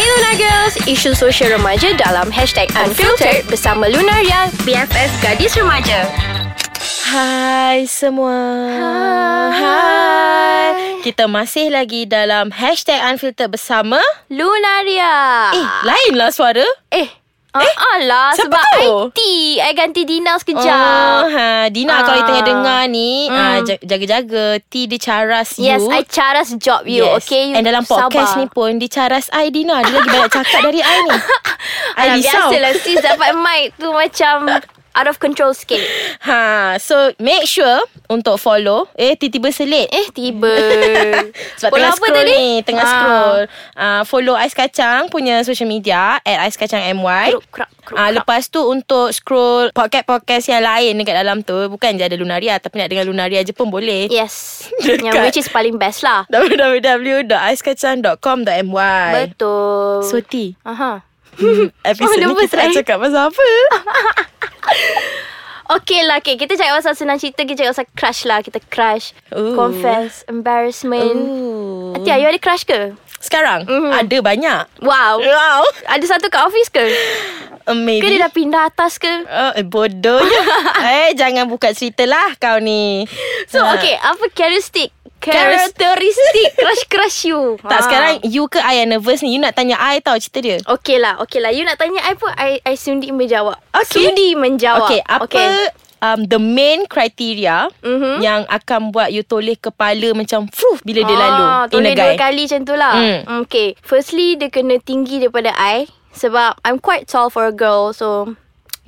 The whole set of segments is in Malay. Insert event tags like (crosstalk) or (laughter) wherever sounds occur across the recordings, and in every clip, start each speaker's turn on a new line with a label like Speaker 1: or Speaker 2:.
Speaker 1: Lunar Girls, isu sosial remaja dalam hashtag Unfiltered bersama Lunaria, BFF Gadis Remaja.
Speaker 2: Hai semua Ah,
Speaker 1: Hai.
Speaker 2: Kita masih lagi dalam Hashtag Unfiltered bersama
Speaker 1: Lunaria.
Speaker 2: Eh,
Speaker 1: Ah.
Speaker 2: lainlah suara
Speaker 1: Eh. Eh, uh, lah
Speaker 2: siapa
Speaker 1: sebab
Speaker 2: tu?
Speaker 1: IT I ganti Dina sekejap
Speaker 2: Oh, ha.
Speaker 1: Ah.
Speaker 2: Dina ah. kalau you tengah dengar ni
Speaker 1: Mm.
Speaker 2: mm. ah, ja- Jaga-jaga T dia caras you
Speaker 1: Yes I caras job you Okay you
Speaker 2: And dalam podcast
Speaker 1: sabar.
Speaker 2: ni pun Dia caras I Dina Dia lagi banyak cakap dari I
Speaker 1: (laughs)
Speaker 2: ni I
Speaker 1: Alah, lah.
Speaker 2: risau
Speaker 1: Biasalah sis dapat mic tu macam Out of control sikit
Speaker 2: ha, So make sure Untuk follow Eh tiba-tiba selit
Speaker 1: Eh tiba
Speaker 2: (laughs) Sebab
Speaker 1: Follow apa
Speaker 2: tengah scroll
Speaker 1: tadi?
Speaker 2: ni Tengah
Speaker 1: Ah.
Speaker 2: scroll uh, Follow Ais Kacang Punya social media At Ais Kacang MY
Speaker 1: Kerup, kerup, kerup,
Speaker 2: Ah,
Speaker 1: kerup.
Speaker 2: lepas tu untuk scroll podcast-podcast yang lain dekat dalam tu Bukan je ada Lunaria Tapi nak dengar Lunaria je pun boleh
Speaker 1: Ya.
Speaker 2: (laughs)
Speaker 1: Yes
Speaker 2: Dekat.
Speaker 1: Yang which is paling best lah
Speaker 2: www.aiskacang.com.my
Speaker 1: Betul
Speaker 2: So T
Speaker 1: Aha.
Speaker 2: Episod
Speaker 1: (laughs) Oh,
Speaker 2: ni
Speaker 1: nervous
Speaker 2: kita
Speaker 1: I.
Speaker 2: nak cakap pasal apa
Speaker 1: Okay lah okay. Kita cakap pasal senang cerita Kita cakap pasal crush lah Kita crush
Speaker 2: Ooh.
Speaker 1: Confess Embarrassment
Speaker 2: Ooh.
Speaker 1: Atia you ada crush ke?
Speaker 2: Sekarang
Speaker 1: Mhm.
Speaker 2: Ada banyak
Speaker 1: Wow
Speaker 2: Wow
Speaker 1: Ada satu kat office ke? Ke
Speaker 2: Amazing
Speaker 1: dia dah pindah atas ke?
Speaker 2: Oh, eh,
Speaker 1: (laughs)
Speaker 2: bodohnya Eh jangan buka cerita lah kau ni
Speaker 1: So
Speaker 2: Ha.
Speaker 1: okay Apa karakteristik
Speaker 2: Charis-
Speaker 1: Karakteristik Crush-crush you Ah.
Speaker 2: Tak sekarang You ke I yang nervous ni You nak tanya I tau cerita dia
Speaker 1: Okay lah Okay lah You nak tanya I pun I, I sundi menjawab
Speaker 2: Okay.
Speaker 1: Sundi menjawab
Speaker 2: Okay Apa Um, the main criteria
Speaker 1: Mhm.
Speaker 2: Yang akan buat you toleh kepala Macam Fuh bila dia
Speaker 1: Ah,
Speaker 2: lalu In
Speaker 1: Toleh
Speaker 2: a
Speaker 1: dua
Speaker 2: guy
Speaker 1: kali macam tu lah
Speaker 2: Hmm.
Speaker 1: mm. Okay Firstly dia kena tinggi daripada I Sebab I'm quite tall for a girl So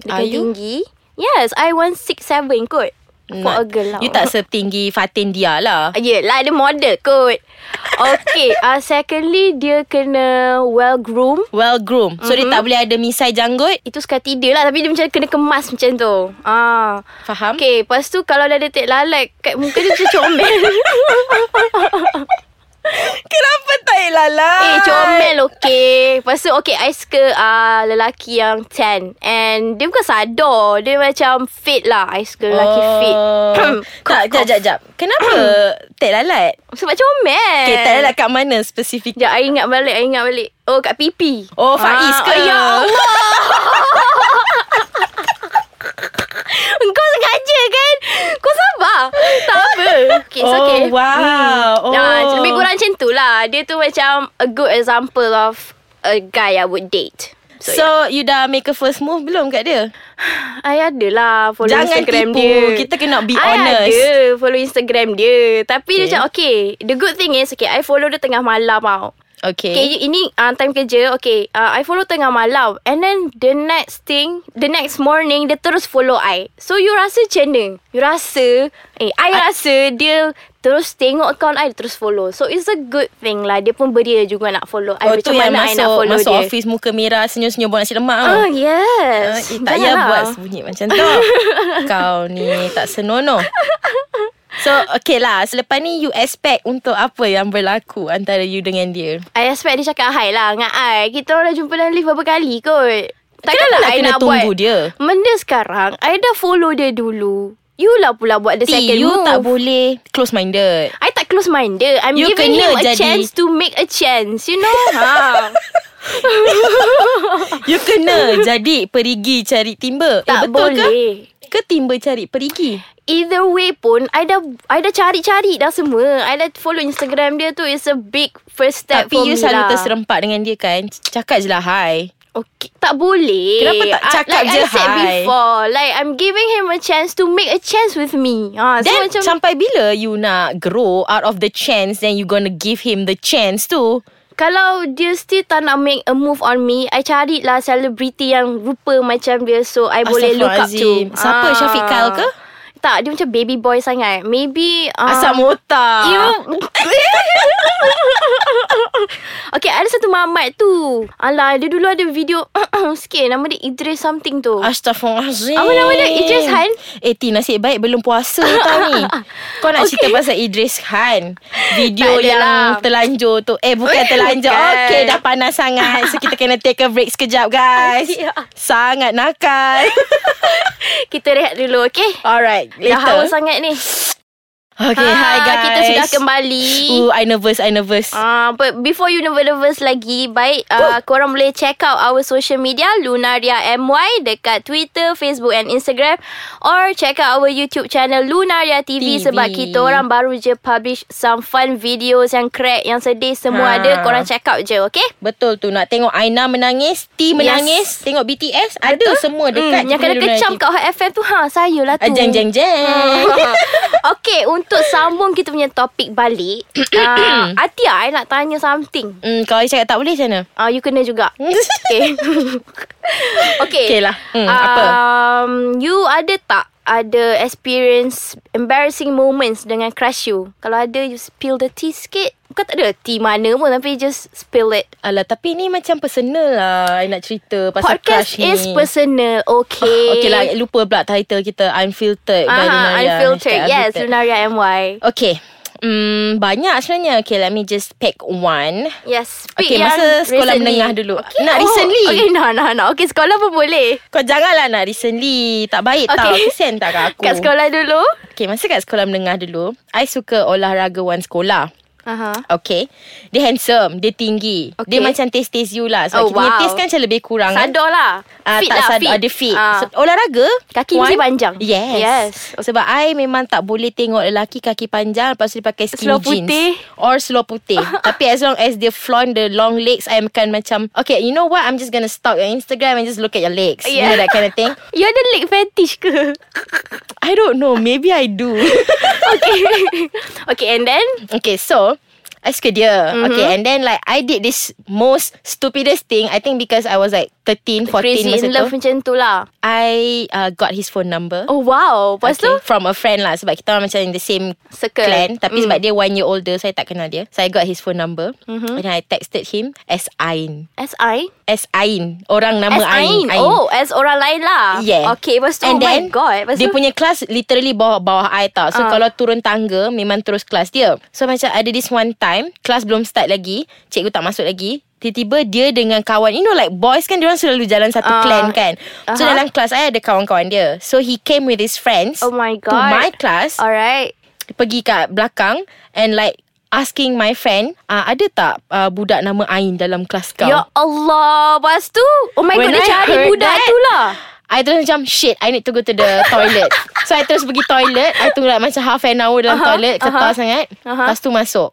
Speaker 1: Dia kena
Speaker 2: Are you?
Speaker 1: tinggi Yes I 167 kot For a
Speaker 2: Not-
Speaker 1: girl lah
Speaker 2: You tak setinggi Fatin dia lah
Speaker 1: Yelah dia model kot
Speaker 2: (laughs)
Speaker 1: Okay uh, Secondly Dia kena well groomed
Speaker 2: Well groomed
Speaker 1: Mm-hmm.
Speaker 2: So dia tak boleh ada misai janggut
Speaker 1: itu sekali dia lah Tapi dia macam kena kemas macam tu
Speaker 2: Hmm?
Speaker 1: ah.
Speaker 2: Faham?
Speaker 1: Okay Lepas tu kalau dah ada tek lalat Kat muka dia macam comel
Speaker 2: Kenapa tak elala?
Speaker 1: Eh comel okay Lepas tu okay I suka uh, lelaki yang tan And dia bukan sador Dia macam fit lah I suka lelaki oh. fit
Speaker 2: (clears throat) Tak, jap, jap, jap
Speaker 1: (clears throat)
Speaker 2: Kenapa tak lalat?
Speaker 1: Sebab comel
Speaker 2: Okay, tak lalat kat mana spesifik?
Speaker 1: Sekejap I ingat balik I ingat balik Oh kat pipi
Speaker 2: Oh, Faiz
Speaker 1: Ah,
Speaker 2: ke?
Speaker 1: Ya Allah (laughs) Kau sengaja kan Kau sabar Tak apa okay, it's
Speaker 2: Oh,
Speaker 1: okay.
Speaker 2: wow.
Speaker 1: hmm. Ah,
Speaker 2: Oh.
Speaker 1: Lebih kurang macam tu lah Dia tu macam A good example of A guy I would date ya.
Speaker 2: So, you dah make a first move belum kat dia?
Speaker 1: I ada lah Follow
Speaker 2: Jangan
Speaker 1: Instagram
Speaker 2: tipu.
Speaker 1: dia
Speaker 2: Kita kena
Speaker 1: I
Speaker 2: be honest.
Speaker 1: ada Follow Instagram dia Tapi okay. dia
Speaker 2: Okay.
Speaker 1: macam Okay The good thing is Okay I follow dia tengah malam tau
Speaker 2: Okay.
Speaker 1: Okay, you- ini uh, time kerja. Okay, uh, I follow tengah malam. And then the next thing, the next morning, dia terus follow I. So, you rasa macam mana? You rasa, eh, I, I rasa dia terus tengok account I, dia terus follow. So, it's a good thing lah. Dia pun beria juga nak follow I.
Speaker 2: Oh tu
Speaker 1: macam mana
Speaker 2: yang
Speaker 1: I nak
Speaker 2: masuk
Speaker 1: follow
Speaker 2: Masuk
Speaker 1: dia.
Speaker 2: office Muka merah Senyum-senyum Buat nasi lemak
Speaker 1: Oh,
Speaker 2: tau.
Speaker 1: yes. lah.
Speaker 2: Eh, eh, tak payah
Speaker 1: Janganlah.
Speaker 2: buat bunyi macam
Speaker 1: (laughs)
Speaker 2: tu Kau ni tak senonoh So okay lah Selepas ni you expect Untuk apa yang berlaku Antara you dengan dia
Speaker 1: I expect dia cakap hi lah dengan I. Kita orang dah jumpa dalam lift berapa kali kot.
Speaker 2: Kenapa
Speaker 1: Takkanlah
Speaker 2: nak
Speaker 1: I
Speaker 2: kena
Speaker 1: nak
Speaker 2: tunggu
Speaker 1: buat.
Speaker 2: dia?
Speaker 1: Benda sekarang, I dah follow dia dulu. You lah pula buat the
Speaker 2: T,
Speaker 1: second
Speaker 2: Eh, you
Speaker 1: move.
Speaker 2: tak boleh Close minded
Speaker 1: I tak close minded. I'm
Speaker 2: You
Speaker 1: giving
Speaker 2: kena
Speaker 1: him a
Speaker 2: jadi- Eh,
Speaker 1: chance to make a chance. You
Speaker 2: (laughs)
Speaker 1: know? ha.
Speaker 2: You
Speaker 1: (laughs)
Speaker 2: kena jadi Perigi cari timba
Speaker 1: Tak
Speaker 2: eh, betul
Speaker 1: boleh.
Speaker 2: ke? Ke timba cari perigi?
Speaker 1: Either way pun I dah I dah cari-cari dah semua I dah follow Instagram dia tu It's a big first step
Speaker 2: Tapi
Speaker 1: for
Speaker 2: you
Speaker 1: me
Speaker 2: selalu
Speaker 1: lah.
Speaker 2: terserempak dengan dia kan C- Cakap je lah hi
Speaker 1: Okay, tak boleh.
Speaker 2: Kenapa tak
Speaker 1: Ah,
Speaker 2: cakap
Speaker 1: like
Speaker 2: je
Speaker 1: I said
Speaker 2: hi?
Speaker 1: before, like I'm giving him a chance to make a chance with me. Ah, so
Speaker 2: Then
Speaker 1: macam
Speaker 2: sampai bila you nak grow Out of the chance Then you gonna give him the chance tu
Speaker 1: kalau dia still tak nak make a move on me, I carilah celebrity yang rupa macam dia so I boleh look up to. Ah.
Speaker 2: Astaghfirullahalazim. Siapa? Syafiq Kyle ke?
Speaker 1: Tak, dia macam baby boy sangat. Maybe uh,
Speaker 2: Asam otak
Speaker 1: You (laughs) Okay ada satu mamat tu Alah dia dulu ada video (coughs) Sikit nama dia Idris something tu
Speaker 2: Ah. Astaghfirullahalazim
Speaker 1: Apa nama dia? Idris Han?
Speaker 2: Eh Ti nasib baik belum puasa tau ni
Speaker 1: (laughs)
Speaker 2: Kau nak
Speaker 1: Okay.
Speaker 2: cerita pasal Idris Han Video
Speaker 1: Tak ada
Speaker 2: yang
Speaker 1: lah.
Speaker 2: telanjur tu Eh bukan
Speaker 1: Eh,
Speaker 2: telanjur
Speaker 1: bukan.
Speaker 2: Okay dah panas sangat So kita kena take a break sekejap guys
Speaker 1: Ya.
Speaker 2: Sangat nakal
Speaker 1: (laughs) Kita rehat dulu okay
Speaker 2: Alright
Speaker 1: Dah haus
Speaker 2: later
Speaker 1: sangat ni
Speaker 2: Okay, hi
Speaker 1: Ah,
Speaker 2: guys.
Speaker 1: Kita sudah kembali.
Speaker 2: Ooh, I nervous, I nervous.
Speaker 1: Ah, uh, but before you nervous lagi, baik uh, korang boleh check out our social media Lunaria MY dekat Twitter, Facebook and Instagram or check out our YouTube channel Lunaria TV,
Speaker 2: TV.
Speaker 1: sebab kita orang baru je publish some fun videos yang crack, yang sedih semua
Speaker 2: Ha.
Speaker 1: ada. Korang check out je, okay?
Speaker 2: Betul tu nak tengok Aina menangis, T menangis, tengok BTS, ada semua dekat.
Speaker 1: Hmm, yang kena kecam kat Hot FM tu ha, saya lah tu.
Speaker 2: Ah,
Speaker 1: Ah.
Speaker 2: Jeng jeng jeng.
Speaker 1: (laughs) okay, untuk sambung kita punya topik
Speaker 2: (coughs)
Speaker 1: balik, uh, Atia, I nak tanya something.
Speaker 2: Hmm, kalau I cakap tak boleh macam mana?
Speaker 1: Ah, uh, you kena
Speaker 2: (laughs)
Speaker 1: juga. Okay. (laughs) okay.
Speaker 2: Okay lah. Hmm, apa?
Speaker 1: Um, you ada tak ada experience embarrassing moments dengan crush you? Kalau ada, you spill the tea sikit. Bukan tak ada tea mana pun tapi just spill it.
Speaker 2: Alah, tapi ni macam personal lah. I nak cerita pasal
Speaker 1: Podcast
Speaker 2: crush ni.
Speaker 1: is personal. Okay. Ah,
Speaker 2: Okay lah, lupa pula title kita Unfiltered by
Speaker 1: Aha,
Speaker 2: Lunaria.
Speaker 1: unfiltered.
Speaker 2: Hashtag
Speaker 1: Yes,
Speaker 2: Unfiltered.
Speaker 1: Lunaria MY.
Speaker 2: Okay. Hmm, banyak sebenarnya. Okay, let me just pick one.
Speaker 1: Yes.
Speaker 2: Okay,
Speaker 1: yang
Speaker 2: masa sekolah
Speaker 1: recently.
Speaker 2: menengah dulu. Nak recently.
Speaker 1: Okay, (laughs) nah, nah, nah. Okay, sekolah pun boleh.
Speaker 2: Kau janganlah nak recently. Tak baik okay. tau.
Speaker 1: Okay.
Speaker 2: Kesian tak
Speaker 1: (laughs)
Speaker 2: kat aku.
Speaker 1: Kat sekolah dulu.
Speaker 2: Okay, masa kat sekolah menengah dulu, I suka olahragawan sekolah.
Speaker 1: Aha.
Speaker 2: Uh-huh. Okay Dia handsome Dia tinggi okay. Dia
Speaker 1: Okay.
Speaker 2: macam taste-taste you lah Sebab
Speaker 1: Oh,
Speaker 2: kita punya
Speaker 1: wow.
Speaker 2: taste kan macam lebih kurang kan?
Speaker 1: Sador lah.
Speaker 2: Ah,
Speaker 1: fit
Speaker 2: tak
Speaker 1: lah,
Speaker 2: sadar
Speaker 1: fit.
Speaker 2: Dia fit
Speaker 1: Ah.
Speaker 2: so, Olahraga
Speaker 1: Kaki
Speaker 2: one.
Speaker 1: mesti panjang.
Speaker 2: Yes
Speaker 1: Yes.
Speaker 2: Sebab I memang tak boleh tengok Lelaki kaki panjang Lepas tu dia pakai skinny
Speaker 1: Seluar
Speaker 2: jeans
Speaker 1: putih.
Speaker 2: Or slow
Speaker 1: (laughs)
Speaker 2: putih Tapi as long as Dia flaunt the long legs I akan macam Okay you know what I'm just gonna stalk your Instagram And just look at your legs You
Speaker 1: Yeah.
Speaker 2: know that kind of
Speaker 1: (laughs)
Speaker 2: thing
Speaker 1: You ada leg fetish
Speaker 2: (laughs)
Speaker 1: ke?
Speaker 2: I don't know Maybe I do
Speaker 1: (laughs) okay. okay, and then?
Speaker 2: Okay so I suka dia
Speaker 1: Mhm.
Speaker 2: mm-hmm. Okay and then like I did this most stupidest thing I think because I was like 13, 14
Speaker 1: Crazy
Speaker 2: masa
Speaker 1: in love
Speaker 2: tu
Speaker 1: macam tu lah.
Speaker 2: I uh, got his phone number
Speaker 1: Oh, wow. Lepas okay. tu?
Speaker 2: From a friend lah Sebab kita orang macam in the same
Speaker 1: Circle.
Speaker 2: clan
Speaker 1: Mm.
Speaker 2: Tapi
Speaker 1: Mhm.
Speaker 2: sebab dia one year older Saya tak kenal dia So I got his phone number mm-hmm. And I texted him As Ain
Speaker 1: As I?
Speaker 2: As Ain Orang nama
Speaker 1: As Ain.
Speaker 2: Ain,
Speaker 1: Oh, as orang lain lah.
Speaker 2: Yeah
Speaker 1: Okay, lepas tu, oh
Speaker 2: And
Speaker 1: my
Speaker 2: then,
Speaker 1: god. Lepas
Speaker 2: Dia
Speaker 1: tu?
Speaker 2: punya kelas Literally bawah-bawah I tau So
Speaker 1: Ah.
Speaker 2: kalau turun tangga Memang terus kelas dia So macam ada this one time Kelas belum start lagi Cikgu tak masuk lagi Tiba-tiba dia dengan kawan You know like boys kan Diorang selalu jalan satu
Speaker 1: Ah.
Speaker 2: clan kan So
Speaker 1: Aha.
Speaker 2: dalam kelas I ada kawan-kawan dia So he came with his friends
Speaker 1: Oh my
Speaker 2: To
Speaker 1: God. Ah.
Speaker 2: my class
Speaker 1: Alright.
Speaker 2: Pergi kat belakang And like Asking my friend uh, Ada tak uh, budak nama Ain Dalam kelas kau
Speaker 1: Ya Allah. Lepas tu, oh my
Speaker 2: When
Speaker 1: god, dia
Speaker 2: I
Speaker 1: cari
Speaker 2: heard
Speaker 1: budak
Speaker 2: that-
Speaker 1: tu lah.
Speaker 2: I terus macam Shit I need to go to the
Speaker 1: (laughs)
Speaker 2: toilet So I terus pergi toilet I tunggu like, macam half an hour Dalam
Speaker 1: Aha,
Speaker 2: uh-huh, toilet Ketar
Speaker 1: aha,
Speaker 2: uh-huh. sangat
Speaker 1: aha.
Speaker 2: uh-huh. Lepas tu masuk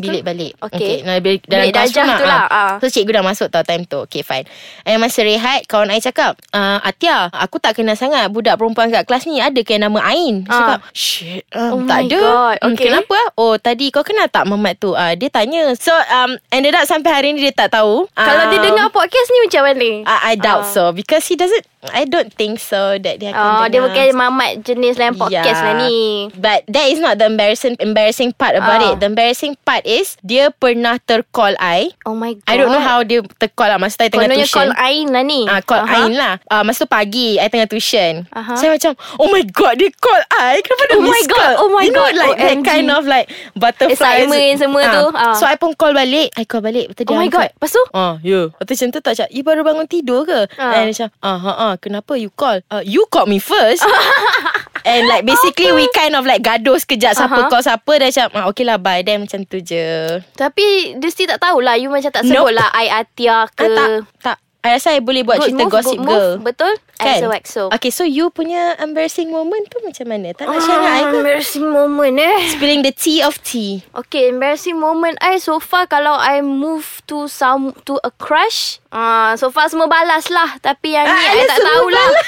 Speaker 1: Lepas tu?
Speaker 2: bilik balik
Speaker 1: Okay.
Speaker 2: dalam, bilik, dalam
Speaker 1: Bilik
Speaker 2: classroom
Speaker 1: darjah tu lah, ah.
Speaker 2: So cikgu dah masuk tau time tu Okay fine And masa rehat Kawan I cakap uh, Atia Aku tak kenal sangat Budak perempuan kat kelas ni Ada ke yang nama Ain uh.
Speaker 1: Ah.
Speaker 2: Cakap Shit
Speaker 1: Oh my
Speaker 2: um, Tak ada
Speaker 1: God,
Speaker 2: Hmm,
Speaker 1: okay.
Speaker 2: Kenapa ah? Oh tadi kau kenal tak Mamat tu uh, Dia tanya So um, ended up sampai hari ni Dia tak tahu
Speaker 1: Kalau dia
Speaker 2: Um,
Speaker 1: dengar podcast ni macam mana?
Speaker 2: I, I doubt
Speaker 1: Ah.
Speaker 2: so because he doesn't. I don't think so that dia akan.
Speaker 1: Oh, dia
Speaker 2: dengar.
Speaker 1: bukan mamat jenis lain podcast lah ni.
Speaker 2: But that is not the embarrassing embarrassing part about
Speaker 1: Ah.
Speaker 2: it. The embarrassing part is dia pernah tercall I.
Speaker 1: Oh my god.
Speaker 2: I don't know how dia tercall lah masa I tengah
Speaker 1: Kononnya
Speaker 2: tuition.
Speaker 1: call Ain lah ni.
Speaker 2: Ah, call
Speaker 1: Aha.
Speaker 2: Ain lah ah, Masa tu pagi I tengah tuition
Speaker 1: Aha.
Speaker 2: Saya macam Oh my god Dia call I Kenapa dia
Speaker 1: Oh my
Speaker 2: miss
Speaker 1: God,
Speaker 2: call
Speaker 1: oh my
Speaker 2: You know
Speaker 1: God,
Speaker 2: like That
Speaker 1: OMG.
Speaker 2: kind of like Butterflies
Speaker 1: Excitement semua tu, ah.
Speaker 2: So I pun call balik I call balik Betul dia
Speaker 1: Oh my
Speaker 2: angkat.
Speaker 1: god. Lepas tu?
Speaker 2: (laughs) Ah, ya. Yeah. Lepas tu macam tu tak cakap, you baru bangun tidur ke?
Speaker 1: Ah.
Speaker 2: And macam, ah, ha, ah, kenapa you call? Uh, you called me
Speaker 1: (laughs)
Speaker 2: first. And like basically we kind of like gaduh sekejap siapa
Speaker 1: Aha.
Speaker 2: call siapa dan macam ah, okay lah bye then macam tu je.
Speaker 1: Tapi dia still tak tahulah You macam tak sebut
Speaker 2: Nope.
Speaker 1: lah I Atia ke
Speaker 2: Ah, tak, tak. I rasa I boleh buat cerita
Speaker 1: move,
Speaker 2: gossip
Speaker 1: good
Speaker 2: girl.
Speaker 1: move, Betul
Speaker 2: Kan?
Speaker 1: XOXO
Speaker 2: Okay, so you punya embarrassing moment tu macam mana? Tak nak share dengan I
Speaker 1: Ah,
Speaker 2: ke?
Speaker 1: Embarrassing moment eh
Speaker 2: Spilling the tea of tea.
Speaker 1: Okay embarrassing moment I so far Kalau I move to some to a crush ah So far semua balas lah Tapi yang ni
Speaker 2: Ah,
Speaker 1: I
Speaker 2: dia
Speaker 1: tak
Speaker 2: semua
Speaker 1: tahulah (laughs)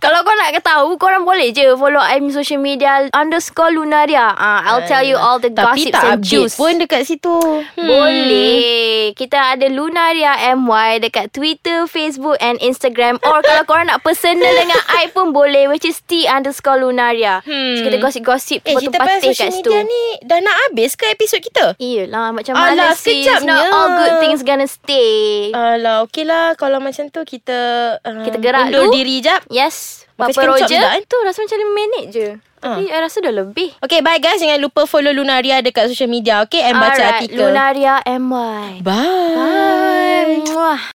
Speaker 1: Kalau kau nak tahu Korang boleh je Follow I punya social media Underscore Lunaria ah I'll tell you all the
Speaker 2: ya. Tapi
Speaker 1: gossips
Speaker 2: tak
Speaker 1: and
Speaker 2: update
Speaker 1: juice
Speaker 2: pun dekat situ. Hmm.
Speaker 1: Boleh. Kita ada Lunaria MY dekat Twitter, Facebook and Instagram. Or kalau korang nak personal dengan I pun boleh. Which is T underscore Lunaria. Hmm. So, kita gosip-gosip.
Speaker 2: Eh, kita pasal
Speaker 1: patih kat
Speaker 2: social
Speaker 1: situ.
Speaker 2: media ni dah nak habis ke episod kita?
Speaker 1: Iyalah macam
Speaker 2: Alah, uh.
Speaker 1: mana sis
Speaker 2: sekejapnya.
Speaker 1: Not all good things gonna stay uh,
Speaker 2: Alah, okey lah. Kalau macam tu, kita... Uh,
Speaker 1: Kita gerak
Speaker 2: Undur
Speaker 1: dulu.
Speaker 2: diri jap.
Speaker 1: Yes Papa
Speaker 2: Makan chicken chop
Speaker 1: Roger
Speaker 2: juga, eh? Ah.
Speaker 1: Tu rasa macam 5 minit je Tapi I rasa dah lebih
Speaker 2: Okay, bye guys. Jangan lupa follow Lunaria dekat social media, okay? And baca
Speaker 1: Alright,
Speaker 2: artikel.
Speaker 1: Lunaria MY
Speaker 2: Bye.
Speaker 1: Bye Muah.